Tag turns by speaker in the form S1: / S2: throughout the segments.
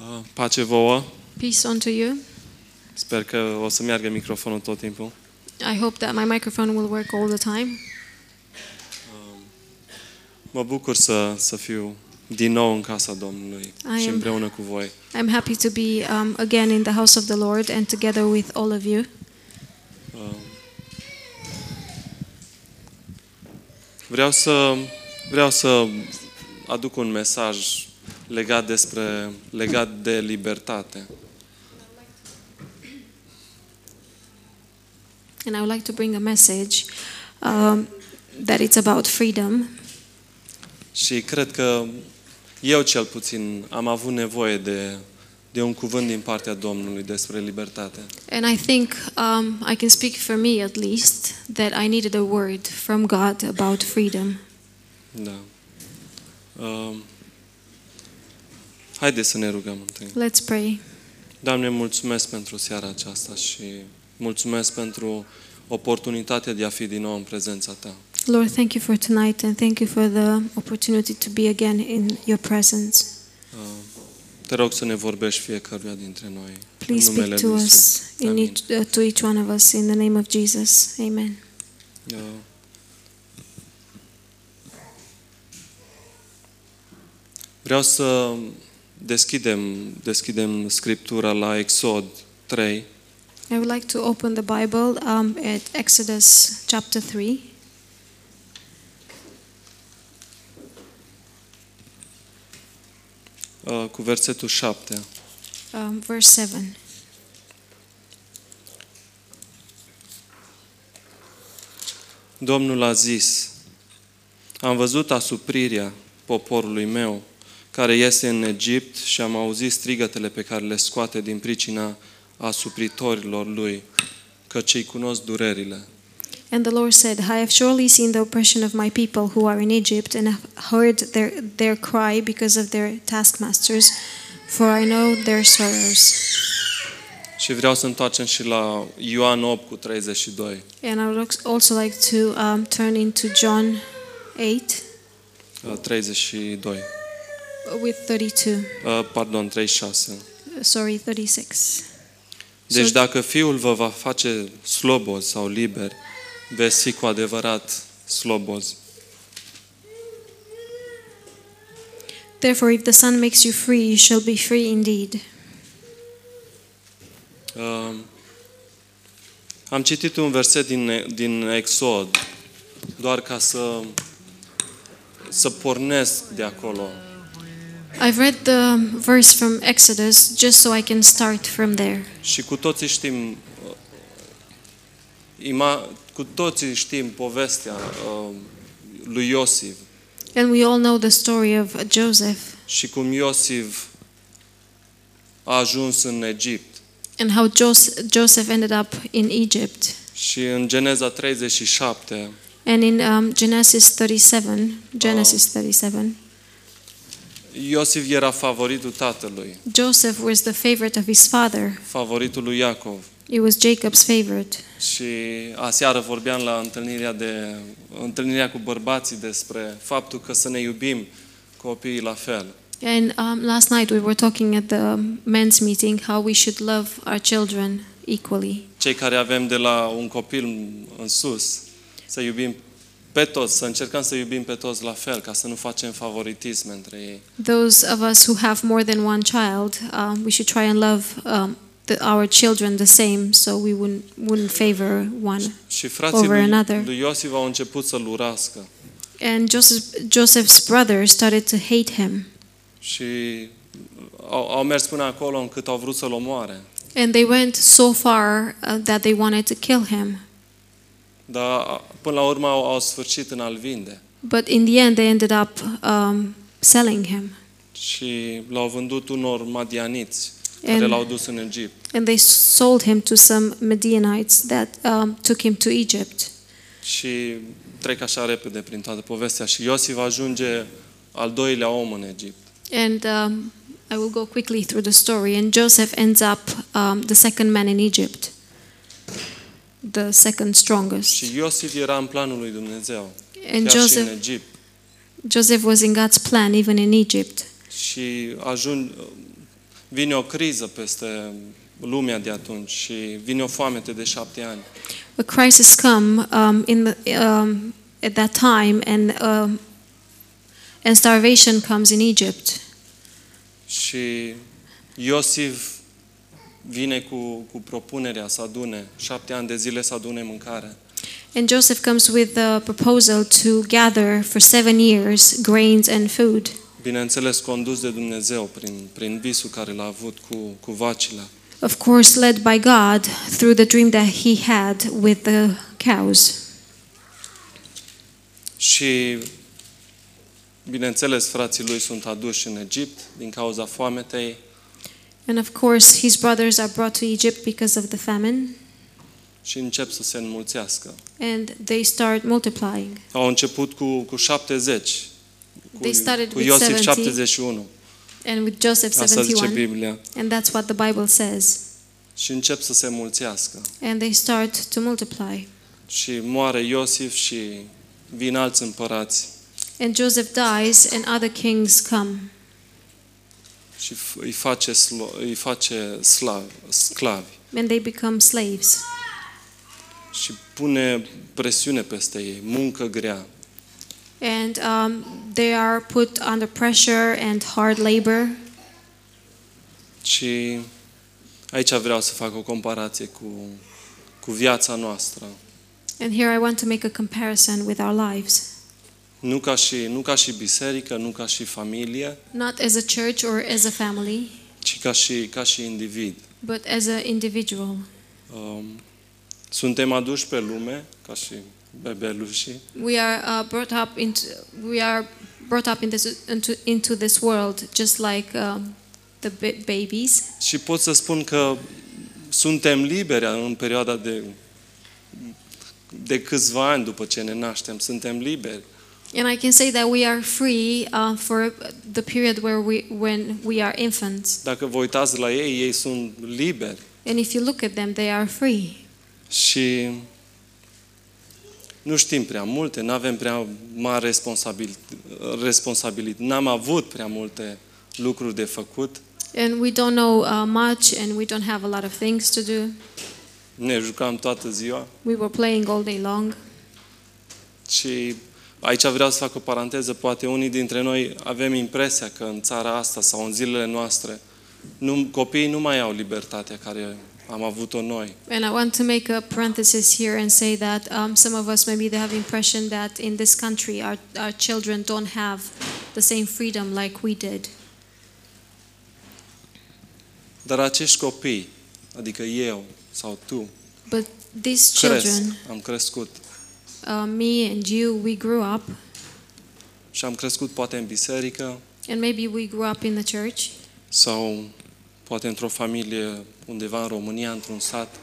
S1: Uh, Pace vouă.
S2: Peace unto you.
S1: Sper că o să meargă microfonul tot timpul.
S2: I hope that my microphone will work all the time.
S1: Mă bucur să, să fiu din nou în casa Domnului
S2: Ai
S1: și
S2: am-
S1: împreună cu voi.
S2: I'm happy to be um, again in the house of the Lord and together with all of you.
S1: Uh, Vreau să, vreau să aduc un mesaj legat, despre, legat de libertate.
S2: And I would like to bring a message um, that it's about freedom.
S1: Și cred că eu cel puțin am avut nevoie de, de un cuvânt din partea Domnului despre libertate.
S2: And I think um, I can speak for me at least that I needed a word from God about freedom.
S1: Da. Uh, haideți să ne rugăm întâi.
S2: Let's pray.
S1: Doamne, mulțumesc pentru seara aceasta și mulțumesc pentru oportunitatea de a fi din nou în prezența Ta.
S2: Lord, thank you for tonight and thank you for the opportunity to be again in your presence.
S1: Uh, Te rog să ne vorbești fiecăruia dintre noi.
S2: Please
S1: în numele
S2: speak to
S1: lui Iisus.
S2: us, in each, uh, to each one of us, in the name of Jesus. Amen.
S1: Uh, Vreau să deschidem, deschidem Scriptura la Exod 3
S2: I would like to open the Bible um, at Exodus chapter 3.
S1: uh, cu versetul 7.
S2: um, verse 7.
S1: Domnul a zis, am văzut asuprirea poporului meu care iese în Egipt și am auzit strigătele pe care le scoate din pricina asupritorilor lui, căci îi cunosc durerile.
S2: And the Lord said, I have surely seen the oppression of my people who are in Egypt, and have heard their, their cry because of their taskmasters, for I know their sorrows.
S1: Și vreau să întoarcem și la Ioan 8 cu 32.
S2: And I would als- also like to um, turn into John 8
S1: uh, 32.
S2: with 32.
S1: uh, Pardon, 36.
S2: uh, Sorry, 36.
S1: Deci
S2: Să-
S1: dacă Fiul vă va face slobozi sau liberi, veți fi cu adevărat slobozi.
S2: Therefore, if the Son makes you free, you shall be free indeed.
S1: Uh, Am citit un verset din, din Exod, doar ca să, să pornesc de acolo.
S2: I've read the um, verse from Exodus just so I can start from there.
S1: Și cu toții știm, uh, ima, cu toții știm povestea uh, lui Iosif
S2: And we all know the story of uh, Joseph
S1: și cum Iosif a ajuns în Egipt.
S2: and how Jos- Joseph ended up in Egypt.
S1: Și în Geneza 37,
S2: And in um, Genesis 37, Genesis 37,
S1: Iosif era favoritul tatălui,
S2: Joseph was the favorite of his father.
S1: favoritul lui Iacov.
S2: It was Jacob's favorite.
S1: Și aseară vorbeam la întâlnirea, de, întâlnirea cu bărbații despre faptul că să ne iubim copiii la fel.
S2: And um, last night we were talking at the men's meeting how we should love our children equally.
S1: Cei care avem de la un copil în sus, să iubim pe toți, să încercăm să iubim pe toți la fel, ca să nu facem favoritisme între ei.
S2: Those of us who have more than one child, um, we should try and love um, the, our children the same so we wouldn't, wouldn't favor one.
S1: Și frații
S2: Over
S1: lui,
S2: another.
S1: lui Iosif au început să-l urască.
S2: And Joseph, Joseph's brother started to hate him.
S1: Și au, au mers până acolo încât au vrut să-l omoare.
S2: And they went so far uh, that they wanted to kill him.
S1: Dar a- până la urmă au, au sfârșit în a-l vinde.
S2: But in the end, they ended up um, selling him.
S1: Și l-au vândut unor madianiți care
S2: And,
S1: l-au dus în Egipt.
S2: and they sold him to some Medianites that um, took him to Egypt.
S1: Și trec așa repede prin toată povestea. Și Iosif ajunge al doilea om în Egipt.
S2: And um, I will go quickly through the story. And Joseph ends up um, the second man in Egypt, the second strongest.
S1: Și Iosif era în planul lui Dumnezeu,
S2: And
S1: chiar și în
S2: Joseph,
S1: Egipt.
S2: Joseph was in God's plan even in Egypt.
S1: Și ajung, vine o criză peste lumea de atunci și vine o foamete de șapte ani.
S2: A crisis come um, in the, um, at that time, and um, and starvation comes in Egypt.
S1: Și Iosif vine cu, cu propunerea să adune, șapte ani de zile să adune mâncare.
S2: And Joseph comes with the proposal to gather for seven years grains and food,
S1: Bineînțeles, condus de Dumnezeu prin, prin visul care l-a avut cu, cu vacile.
S2: of course, led by God through the dream that he had with the cows.
S1: Și, bineînțeles, frații lui sunt aduși în Egipt din cauza foametei
S2: And of course, his brothers are brought to Egypt because of the famine,
S1: și încep să se înmulțească.
S2: and they start multiplying.
S1: Au început cu, cu 70, cu,
S2: They started
S1: cu
S2: with
S1: Iosif
S2: 70.
S1: 71,
S2: And with Joseph,
S1: asta zice
S2: 71,
S1: Biblia,
S2: and that's what the Bible says.
S1: și încep să se mulțească.
S2: And they start to multiply.
S1: Și moare Iosif și vin alți împărați
S2: And Joseph dies, and other kings come,
S1: și f- îi face, slo- îi face slav, sclavi
S2: and they become slaves.
S1: și pune presiune peste ei, muncă grea.
S2: And um, they are put under pressure and hard labor.
S1: Și aici vreau să fac o comparație cu, cu viața noastră.
S2: And here I want to make a comparison with our lives,
S1: Nu ca și, nu ca și biserică, nu ca și familie,
S2: not as a church or as a family,
S1: ci ca și, ca și individ.
S2: but as an individual.
S1: Um, suntem aduși pe lume, ca și bebelușii,
S2: We are uh, brought up into we are brought up in this, into into this world just like um, the ba- babies.
S1: și pot să spun că suntem liberi în perioada de, de câțiva ani după ce ne naștem. Suntem liberi.
S2: And I can say that we are free uh, for the period where we when we are infants.
S1: Dacă vă uitați la ei, ei sunt liberi.
S2: And if you look at them, they are free.
S1: Și nu știm prea multe, nu avem prea mari responsabilități, responsabilit, n-am avut prea multe lucruri de făcut.
S2: And we don't know uh, much, and we don't have a lot of things to do.
S1: Ne jucam toată ziua
S2: We were playing all day long.
S1: și aici vreau să fac o paranteză. Poate unii dintre noi avem impresia că în țara asta sau în zilele noastre nu, copiii nu mai au libertatea care am avut-o noi.
S2: And I want to make a parenthesis here and say that um, some of us maybe they have impression that in this country our, our children don't have the same freedom like we did.
S1: Dar acești copii, adică eu sau tu,
S2: But these
S1: cresc,
S2: children,
S1: am crescut.
S2: uh, me and you, we grew up,
S1: Și am crescut poate în biserică,
S2: and maybe we grew up in the church,
S1: sau poate într-o familie undeva în România, într-un sat,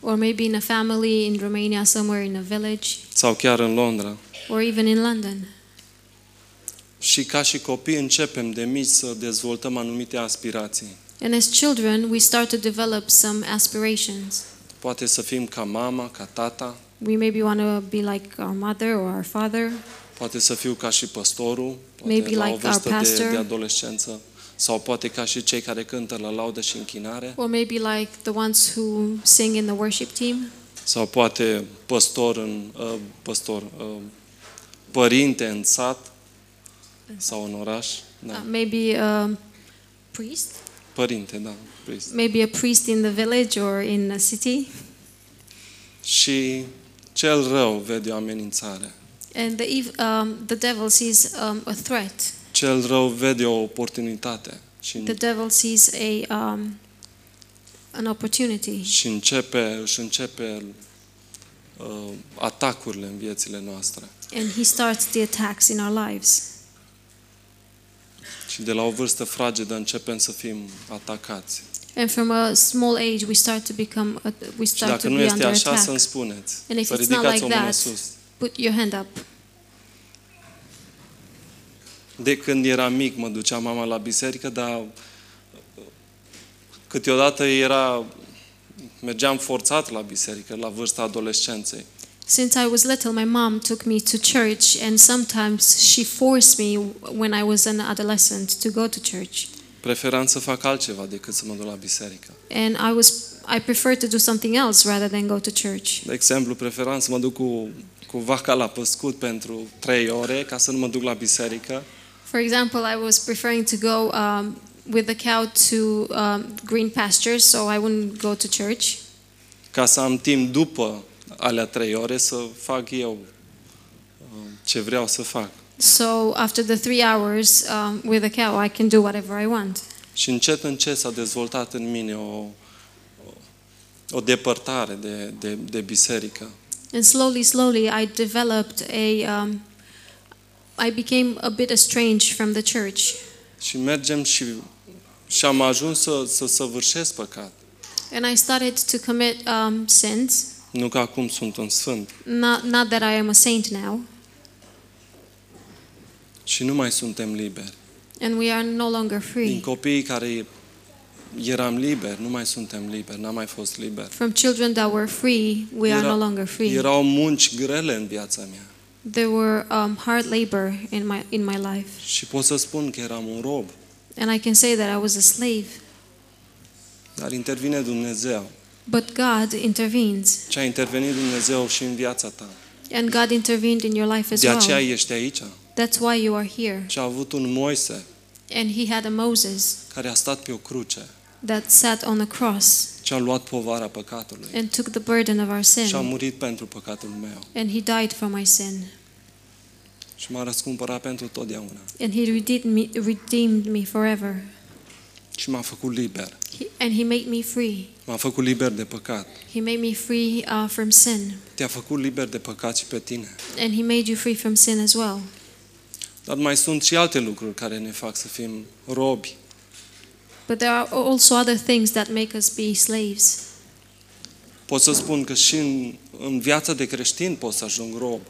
S2: or maybe in a family in Romania, somewhere in a village,
S1: sau chiar în Londra.
S2: or even in London.
S1: Și ca și copii începem de mici să dezvoltăm anumite aspirații.
S2: And as children, we start to develop some aspirations.
S1: Poate să fim ca mama, ca tata,
S2: We maybe want to be like our mother or our father,
S1: poate să fiu ca și păstorul, poate
S2: Maybe
S1: la o
S2: like our
S1: vârstă de,
S2: pastor.
S1: de adolescență, sau poate ca și cei care cântă la laudă și închinare,
S2: or maybe like the ones who sing in the worship team,
S1: sau poate păstor în uh, păstor, uh, părinte în sat sau în oraș,
S2: uh,
S1: da,
S2: maybe a priest,
S1: părinte, da, priest.
S2: maybe a priest in the village or in a city.
S1: Și cel rău vede o amenințare.
S2: And the, ev- um, the devil sees um, a threat,
S1: Cel rău vede o oportunitate și,
S2: the devil sees a, um, an opportunity,
S1: și începe, își începe uh, atacurile în viețile noastre.
S2: and he starts the attacks in our lives.
S1: Și de la o vârstă fragedă începem să fim atacați.
S2: And from a small age, we start to become, uh, we
S1: Și
S2: start
S1: dacă
S2: to
S1: nu
S2: be
S1: este
S2: under
S1: așa,
S2: attack.
S1: să-mi spuneți.
S2: And if
S1: Să
S2: it's not
S1: ridicați o
S2: like
S1: mână
S2: that,
S1: sus.
S2: put your hand up.
S1: De când eram mic, mă ducea mama la biserică, dar uh, câteodată era... Mergeam forțat la biserică, la vârsta adolescenței.
S2: Since I was little, my mom took me to church, and sometimes she forced me when I was an adolescent to go to church.
S1: Preferam să fac altceva decât să mă duc la biserică.
S2: and I was I preferred to do something else rather than go to church.
S1: De exemplu, preferam să mă duc cu, cu vaca la păscut pentru trei ore ca să nu mă duc la biserică.
S2: For example, I was preferring to go um, with the cow to um, green pastures, so I wouldn't go to church
S1: ca să am timp după alea trei ore să fac eu uh, ce vreau să fac.
S2: So after the three hours um, with a cow, I can do whatever I want.
S1: Și încet, încet s-a dezvoltat în mine o, o depărtare de, de, de biserică.
S2: And slowly, slowly, I developed a. Um, I became a bit estranged from the church,
S1: Și mergem și, și am ajuns să, să săvârșesc păcat.
S2: and I started to commit um, sins.
S1: Nu că acum sunt un sfânt
S2: Not not that I am a saint now,
S1: și nu mai suntem liberi.
S2: and we are no longer
S1: Din
S2: free.
S1: copiii care eram liberi, nu mai suntem liberi, n-am mai fost liberi.
S2: From children that were free, we are no
S1: Era-
S2: longer free.
S1: Erau munci grele în viața mea
S2: There were um, hard labor in my in my life,
S1: și pot să spun că eram un rob.
S2: and I can say that I was a slave.
S1: Dar intervine Dumnezeu.
S2: But God intervenes,
S1: Ce a intervenit Dumnezeu și în viața ta.
S2: and God intervened in your life as
S1: De aceea
S2: well.
S1: ești aici.
S2: That's why you are here.
S1: Și a avut un Moise
S2: And he had a Moses
S1: care a stat pe o cruce
S2: that sat on a cross
S1: și a luat povara păcatului
S2: and took the burden of our
S1: și a
S2: sin.
S1: murit pentru păcatul meu
S2: And he died for my sin.
S1: și m-a răscumpărat pentru totdeauna
S2: And he redeemed me, redeemed me forever.
S1: și m-a făcut liber.
S2: He, and he made me free.
S1: M-a făcut liber de păcat.
S2: He made me free uh, from sin.
S1: Te-a făcut liber de păcat și pe tine.
S2: And he made you free from sin as well.
S1: Dar mai sunt și alte lucruri care ne fac să fim robi.
S2: But there are also other things that make us be slaves.
S1: Pot să spun că și în, în viața de creștin pot să ajung rob.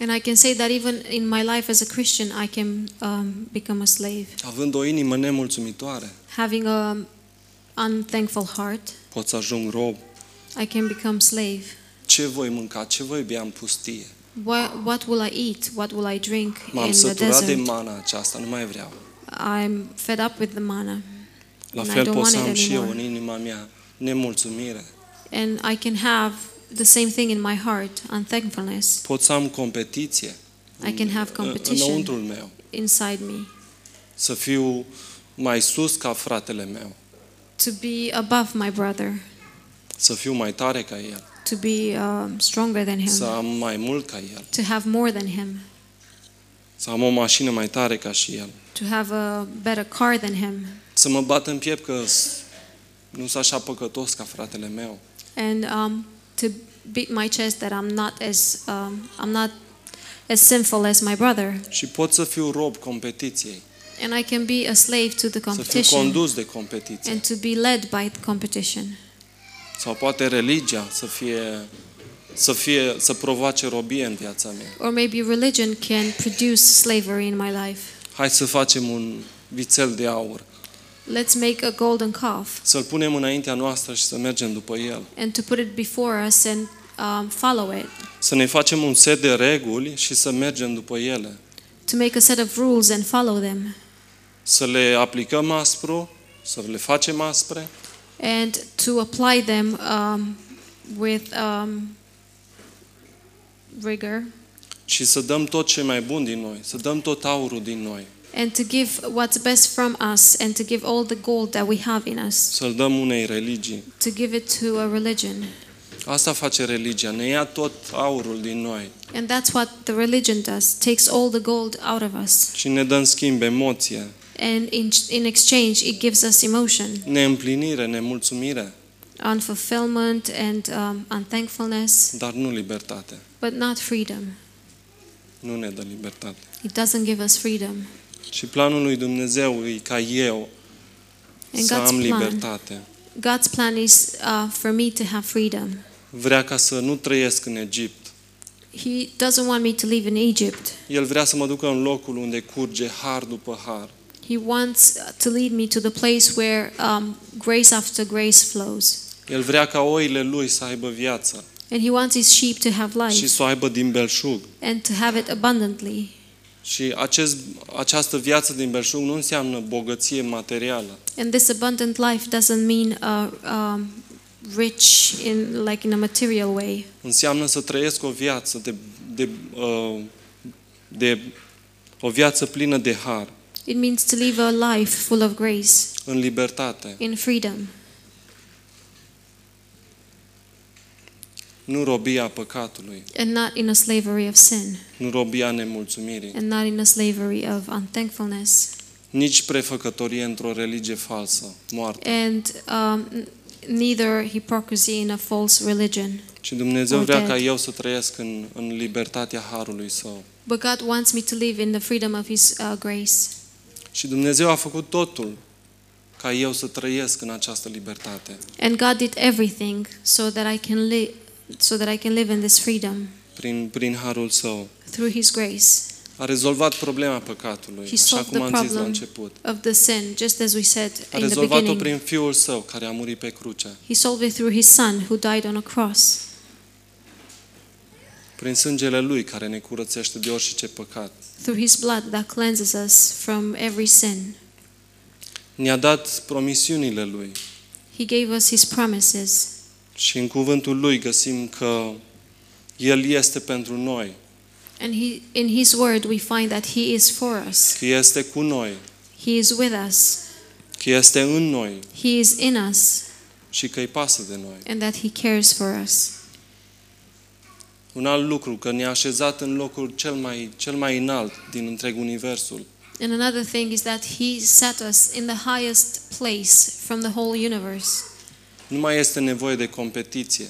S2: And I can say that even in my life as a Christian, I can um, become a slave.
S1: Având o inimă nemulțumitoare,
S2: Having a um, unthankful heart,
S1: pot să ajung rob.
S2: I can become slave.
S1: Ce voi mânca, ce voi bea în pustie?
S2: What, what will I eat? What will I drink
S1: M-am
S2: in the
S1: săturat de
S2: desert?
S1: mana aceasta, nu mai vreau.
S2: I'm fed up with the manna,
S1: La
S2: I
S1: fel
S2: don't
S1: pot să
S2: want it
S1: am și eu
S2: anymore.
S1: în inima mea nemulțumire.
S2: and I can have the same thing in my heart, unthankfulness,
S1: Pot să am competiție
S2: I can have
S1: în-
S2: competition.
S1: înăuntrul meu.
S2: inside me.
S1: Să fiu mai sus ca fratele meu.
S2: To be above my brother,
S1: Să fiu mai tare ca el.
S2: to be um, stronger than
S1: Să
S2: him,
S1: am mai mult ca el.
S2: to have more than him,
S1: Să am o mașină mai tare ca și el.
S2: to have a better car than him,
S1: Să mă bat în piept că s- nu sunt așa păcătos ca fratele meu.
S2: and um, to beat my chest that I'm not as um, I'm not as sinful as my brother,
S1: Și pot să fiu rob competiției.
S2: and I can be a slave to the
S1: Să fiu
S2: competition.
S1: condus de competiție.
S2: and to be led by the competition
S1: Sau poate religia să fie să fie să provoace robie în viața mea.
S2: or maybe religion can produce slavery in my life
S1: Hai să facem un vițel de aur,
S2: let's make a golden calf
S1: să-l punem înaintea noastră și să mergem după el.
S2: and to put it before us and um, follow it
S1: Să ne facem un set de reguli și să mergem după ele.
S2: to make a set of rules and follow them
S1: Să le aplicăm aspru, să le facem aspre,
S2: and to apply them um, with um, rigor
S1: și să dăm tot ce e mai bun din noi, să dăm tot aurul din noi,
S2: and to give what's best from us and to give all the gold that we have in us
S1: să-l dăm unei religii.
S2: to give it to a religion
S1: Asta face religia, ne ia tot aurul din noi
S2: and that's what the religion does takes all the gold out of us
S1: și ne dă în schimb emoție,
S2: and in, in exchange it gives us emotion
S1: neîmplinire, nemulțumire,
S2: unfulfillment and um, unthankfulness
S1: dar nu libertate.
S2: but not freedom
S1: Nu ne dă libertate.
S2: it doesn't give us freedom
S1: Și planul lui Dumnezeu e ca eu
S2: and
S1: să
S2: god's
S1: am
S2: Exact, plan
S1: libertate.
S2: god's plan is uh, for me to have freedom
S1: Vrea ca să nu trăiesc în Egipt.
S2: he doesn't want me to live in egypt
S1: El vrea să mă ducă în locul unde curge har după har.
S2: he wants uh, to lead me to the place where um, grace after grace flows
S1: El vrea ca oile lui să aibă viață
S2: and he wants his sheep to have
S1: și
S2: life
S1: să o aibă din belșug.
S2: and to have it abundantly
S1: Și acest, această viață din belșug nu înseamnă bogăție materială,
S2: And this abundant life doesn't mean uh, um, rich in like in a material way.
S1: înseamnă să trăiesc o viață de, de, uh, de o viață plină de har,
S2: It means to live a life full of grace,
S1: în libertate,
S2: in freedom,
S1: nu robia păcatului,
S2: and not in a slavery of sin,
S1: nu robia nemulțumirii,
S2: and not in a slavery of unthankfulness,
S1: nici prefăcătorie într-o religie falsă, moarte.
S2: and um, n- neither hypocrisy in a false religion.
S1: Și Dumnezeu
S2: Or
S1: vrea
S2: dead.
S1: ca eu să trăiesc în, în libertatea harului său.
S2: But God wants me to live in the freedom of His uh, grace.
S1: Și Dumnezeu a făcut totul ca eu să trăiesc în această libertate.
S2: And God did everything so that I can live, so that I can live in this freedom
S1: prin, prin harul său.
S2: through His grace
S1: A rezolvat problema păcatului,
S2: He
S1: așa
S2: solved
S1: cum
S2: the
S1: am zis la
S2: problem.
S1: început.
S2: of the sin, just as we said
S1: A
S2: in the
S1: rezolvat-o
S2: beginning.
S1: prin fiul său, care a murit pe cruce,
S2: He solved it through His Son, who died on a cross,
S1: prin sângele lui, care ne curățește de orice păcat.
S2: through His blood that cleanses us from every sin.
S1: Ne-a dat promisiunile lui
S2: He gave us His promises,
S1: și în cuvântul lui găsim că el este pentru noi,
S2: and He, in His Word, we find that He is for us.
S1: că este cu noi,
S2: He is with us.
S1: că este în noi
S2: He is in us,
S1: și că îi pasă de noi.
S2: and that He cares for us.
S1: Un alt lucru, că ne-a așezat în locul cel mai, cel mai înalt din întreg universul.
S2: And another thing is that He set us in the highest place from the whole universe.
S1: Nu mai este nevoie de competiție.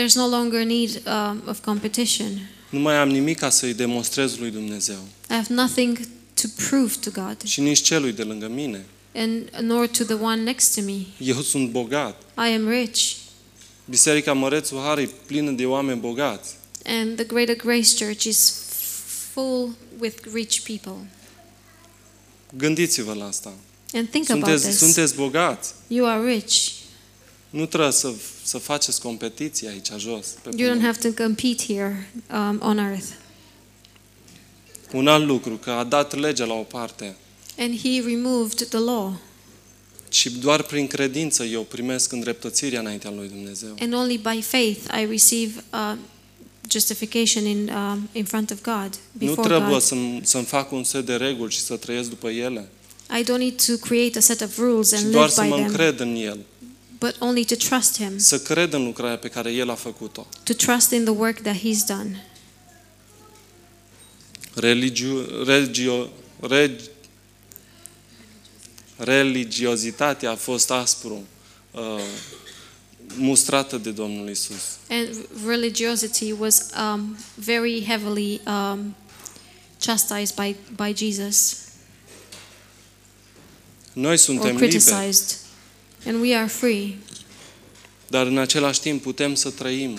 S2: There's no longer need um, of competition.
S1: Nu mai am nimic ca să-i demonstrez lui Dumnezeu
S2: I have nothing to prove to God,
S1: și nici celui de lângă mine.
S2: and nor to the one next to me.
S1: Eu sunt bogat.
S2: I am rich,
S1: Biserica Mărețu Har e plină de oameni bogați.
S2: and the Greater Grace Church is full with rich people.
S1: Gândiți-vă la asta.
S2: And think about
S1: Sunteți,
S2: this.
S1: sunteți bogați.
S2: You are rich.
S1: Nu trebuie să, să faceți competiție aici jos. Pe
S2: You don't
S1: pământ.
S2: have to compete here um, on earth.
S1: Un alt lucru, că a dat legea la o parte
S2: And he removed the law,
S1: și doar prin credință eu primesc îndreptățirea înaintea lui Dumnezeu.
S2: and only by faith I receive uh, justification in um, in front of God
S1: Nu
S2: before
S1: trebuie
S2: God.
S1: să-mi, să-mi fac un set de reguli și să trăiesc după ele,
S2: I don't need to create a set of rules
S1: ci
S2: and
S1: doar
S2: live
S1: să
S2: by
S1: mă
S2: them,
S1: încred în el,
S2: but only to trust Him,
S1: să cred în lucrarea pe care el a făcut-o.
S2: to trust in the work that He's done.
S1: religiu, regio, reg, religiozitatea a fost aspru uh, mustrată de Domnul Isus.
S2: And religiosity was um, very heavily um, chastised by, by Jesus
S1: Noi
S2: or
S1: suntem liberi,
S2: criticized. And we are free,
S1: dar în același timp putem să trăim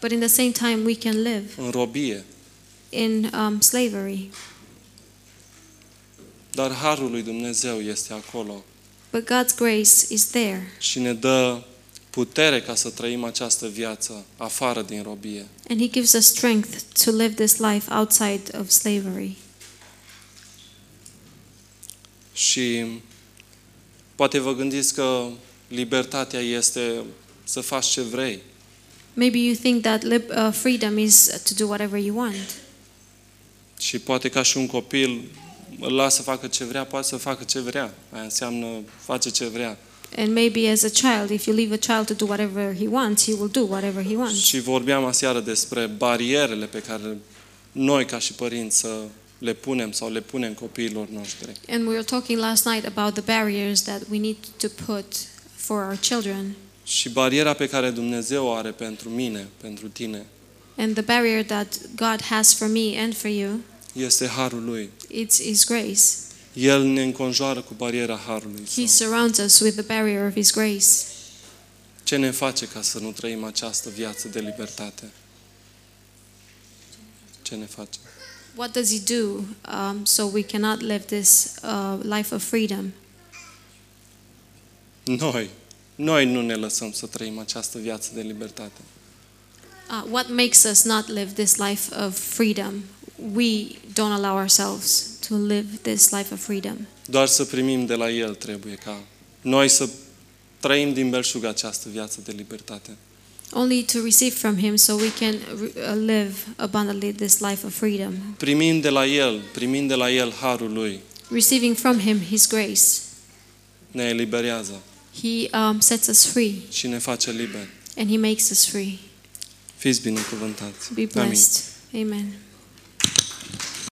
S2: but in the same time, we can live
S1: în robie,
S2: in um, slavery.
S1: dar harul lui Dumnezeu este acolo
S2: But God's grace is there,
S1: și ne dă putere ca să trăim această viață afară din robie.
S2: and He gives us strength to live this life outside of slavery.
S1: Și poate vă gândiți că libertatea este să faci ce vrei.
S2: Maybe you think that lib- uh, freedom is to do whatever you want,
S1: Și poate ca și un copil îl lasă să facă ce vrea, poate să facă ce vrea. Aia înseamnă face ce vrea.
S2: and maybe as a child, if you leave a child to do whatever he wants, he will do whatever he wants.
S1: Și vorbeam aseară despre barierele pe care noi ca și părinți să le punem sau le punem copiilor noștri.
S2: And we were talking last night about the barriers that we need to put for our children.
S1: Și bariera pe care Dumnezeu o are pentru mine, pentru tine,
S2: And the barrier that God has for me and for you,
S1: este harul lui.
S2: it's His grace.
S1: El ne înconjoară cu bariera harului.
S2: He
S1: Său.
S2: surrounds us with the barrier of His grace.
S1: Ce ne face ca să nu trăim această viață de libertate? Ce ne face?
S2: What does He do um, so we cannot live this uh, life of freedom?
S1: Noi. Noi nu ne lăsăm să trăim această viață de libertate.
S2: Uh, what makes us not live this life of freedom? we don't allow ourselves to live this life of freedom.
S1: Doar să primim de la El trebuie ca noi să trăim din belșug această viață de libertate.
S2: Only to receive from Him so we can re- uh, live abundantly this life of freedom.
S1: Primind de la El, primind de la El harul Lui,
S2: Receiving from Him His grace,
S1: ne eliberează
S2: He um, sets us free
S1: și ne face liberi.
S2: and He makes us free.
S1: Fiți binecuvântați.
S2: Be
S1: Amin.
S2: blessed. Amen.